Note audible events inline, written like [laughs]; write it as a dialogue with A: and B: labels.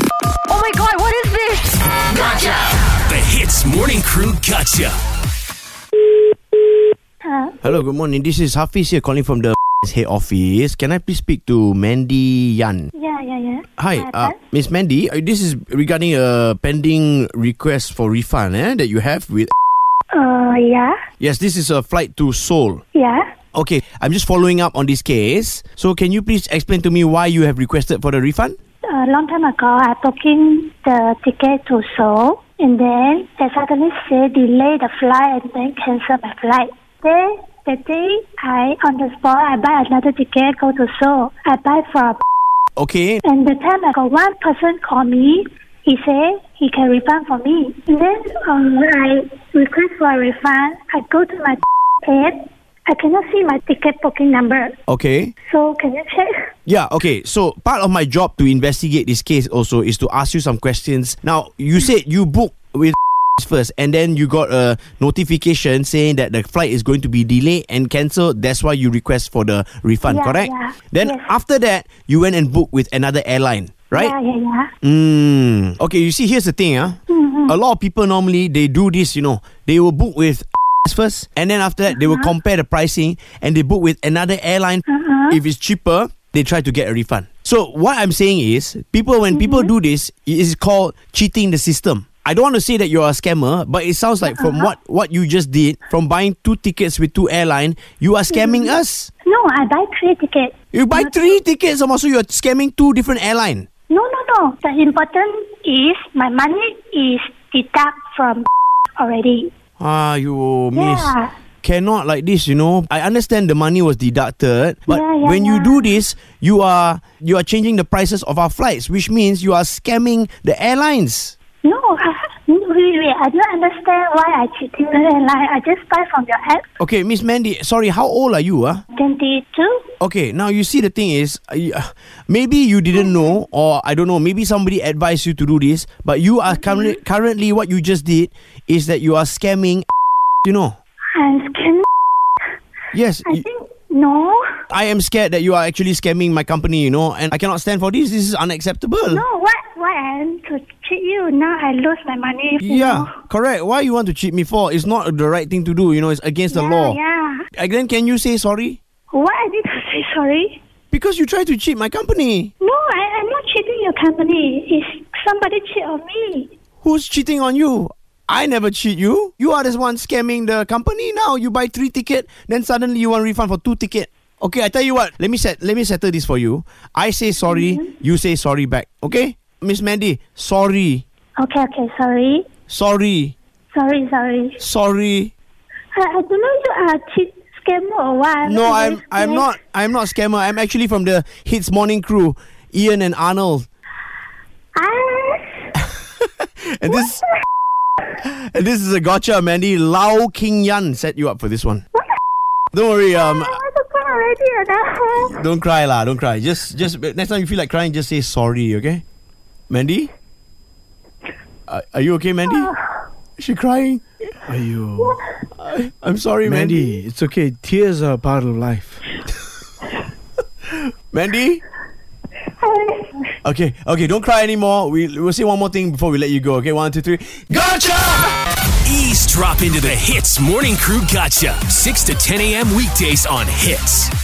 A: Oh my god, what is this?
B: The Hits Morning Crew Gotcha.
C: Hello, good morning. This is Hafiz here calling from the head office. Can I please speak to Mandy Yan?
D: Yeah, yeah, yeah.
C: Hi, uh,
D: Uh,
C: Miss Mandy. Uh, this is regarding a pending request for refund eh, that you have with.
D: uh, yeah,
C: Yes, this is a flight to Seoul.
D: yeah.
C: Okay, I'm just following up on this case. So, can you please explain to me why you have requested for the refund?
D: A Uh, long time ago, I booking the ticket to Seoul, and then they suddenly say delay the flight and then cancel my flight. Then the day I on the spot, I buy another ticket go to Seoul. I buy from,
C: Okay,
D: and the time I got one person call me. He say he can refund for me. And then um, I request for a refund. I go to my app. I cannot see my ticket booking number.
C: okay.
D: So can you check? [laughs]
C: Yeah, okay. So part of my job to investigate this case also is to ask you some questions. Now, you said you booked with [laughs] first and then you got a notification saying that the flight is going to be delayed and cancelled. That's why you request for the refund,
D: Yeah,
C: correct?
D: yeah.
C: Then
D: Yes.
C: after that, you went and booked with another airline, right?
D: Yeah, yeah, yeah.
C: Mm. Okay, you see, here's the thing, huh? A lot of people normally they do this, you know. They will book with [laughs] first, and then after that they will compare the pricing, and they book with another airline. If it's cheaper, they try to get a refund. So what I'm saying is, people when people do this, it is called cheating the system. I don't want to say that you're a scammer, but it sounds like from what what you just did, from buying two tickets with two airline, you are scamming us.
D: No, I buy three tickets.
C: You buy
D: Not-
C: three tickets, and also you're scamming two different airline.
D: No, no, no. The important is my money is deduct from already.
C: Ah, you miss.
D: Yeah.
C: Cannot like this, you know. I understand the money was deducted, but
D: Yeah, yeah,
C: when
D: yeah.
C: you do this, you are you are changing the prices of our flights, which means you are scamming the airlines.
D: No, [laughs] I, wait, wait, wait. I don't understand why I [laughs] cheating the airline. I just buy from your app.
C: Okay, Miss Mandy, sorry, how old are you? Ah,
D: Twenty-two.
C: okay. Now you [sighs] see the thing is, uh, maybe you didn't know, or I don't know. Maybe somebody advised you to do this, but you are
D: Mm-hmm.
C: currently currently what you just did is that you are scamming. [laughs] You know.
D: I'm scared.
C: Yes.
D: I
C: you-
D: think no,
C: I am scared that you are actually scamming my company, you know, and I cannot stand for this. This is unacceptable.
D: no. Why? Why I am to cheat you? Now I lose my money. you
C: Yeah,
D: know.
C: correct. Why you want to cheat me for? It's not the right thing to do, you know, it's against the
D: Yeah,
C: law.
D: yeah.
C: And then can you say sorry?
D: Why I need to say sorry?
C: Because you tried to cheat my company.
D: No, I, I'm not cheating your company. It's somebody cheat on me.
C: Who's cheating on you? I never cheat you. You are the one scamming the company now. You buy three ticket, then suddenly you want refund for two ticket. Okay, I tell you what, let me set let me settle this for you. I say sorry,
D: Mm-hmm.
C: you say sorry back. Okay? Miss Mandy, sorry.
D: Okay, okay, sorry.
C: Sorry.
D: Sorry, sorry.
C: Sorry.
D: I, I don't know you are cheat scammer or what.
C: No,
D: I
C: I'm
D: don't
C: I'm
D: understand.
C: not I'm not scammer. I'm actually from the Hits Morning Crew, Ian and Arnold.
D: Ah,
C: And this and this is a gotcha, Mandy. Lau King Yan set you up for this one. Don't worry, um,
D: I want to cry already. you know.
C: don't cry lah, don't cry. Just just next time you feel like crying, just say sorry, okay? Mandy, Uh, are, are you okay, Mandy? Is she crying?
E: Are you?
C: I, I'm sorry, Mandy.
E: Mandy, it's okay. Tears are part of life.
C: [laughs] Mandy. Okay, okay, don't cry anymore. We we'll say one more thing before we let you go. Okay, one, two, three. Gotcha.
B: Ease drop into the Hits Morning Crew Gotcha. 6 to 10 a.m. weekdays on Hits.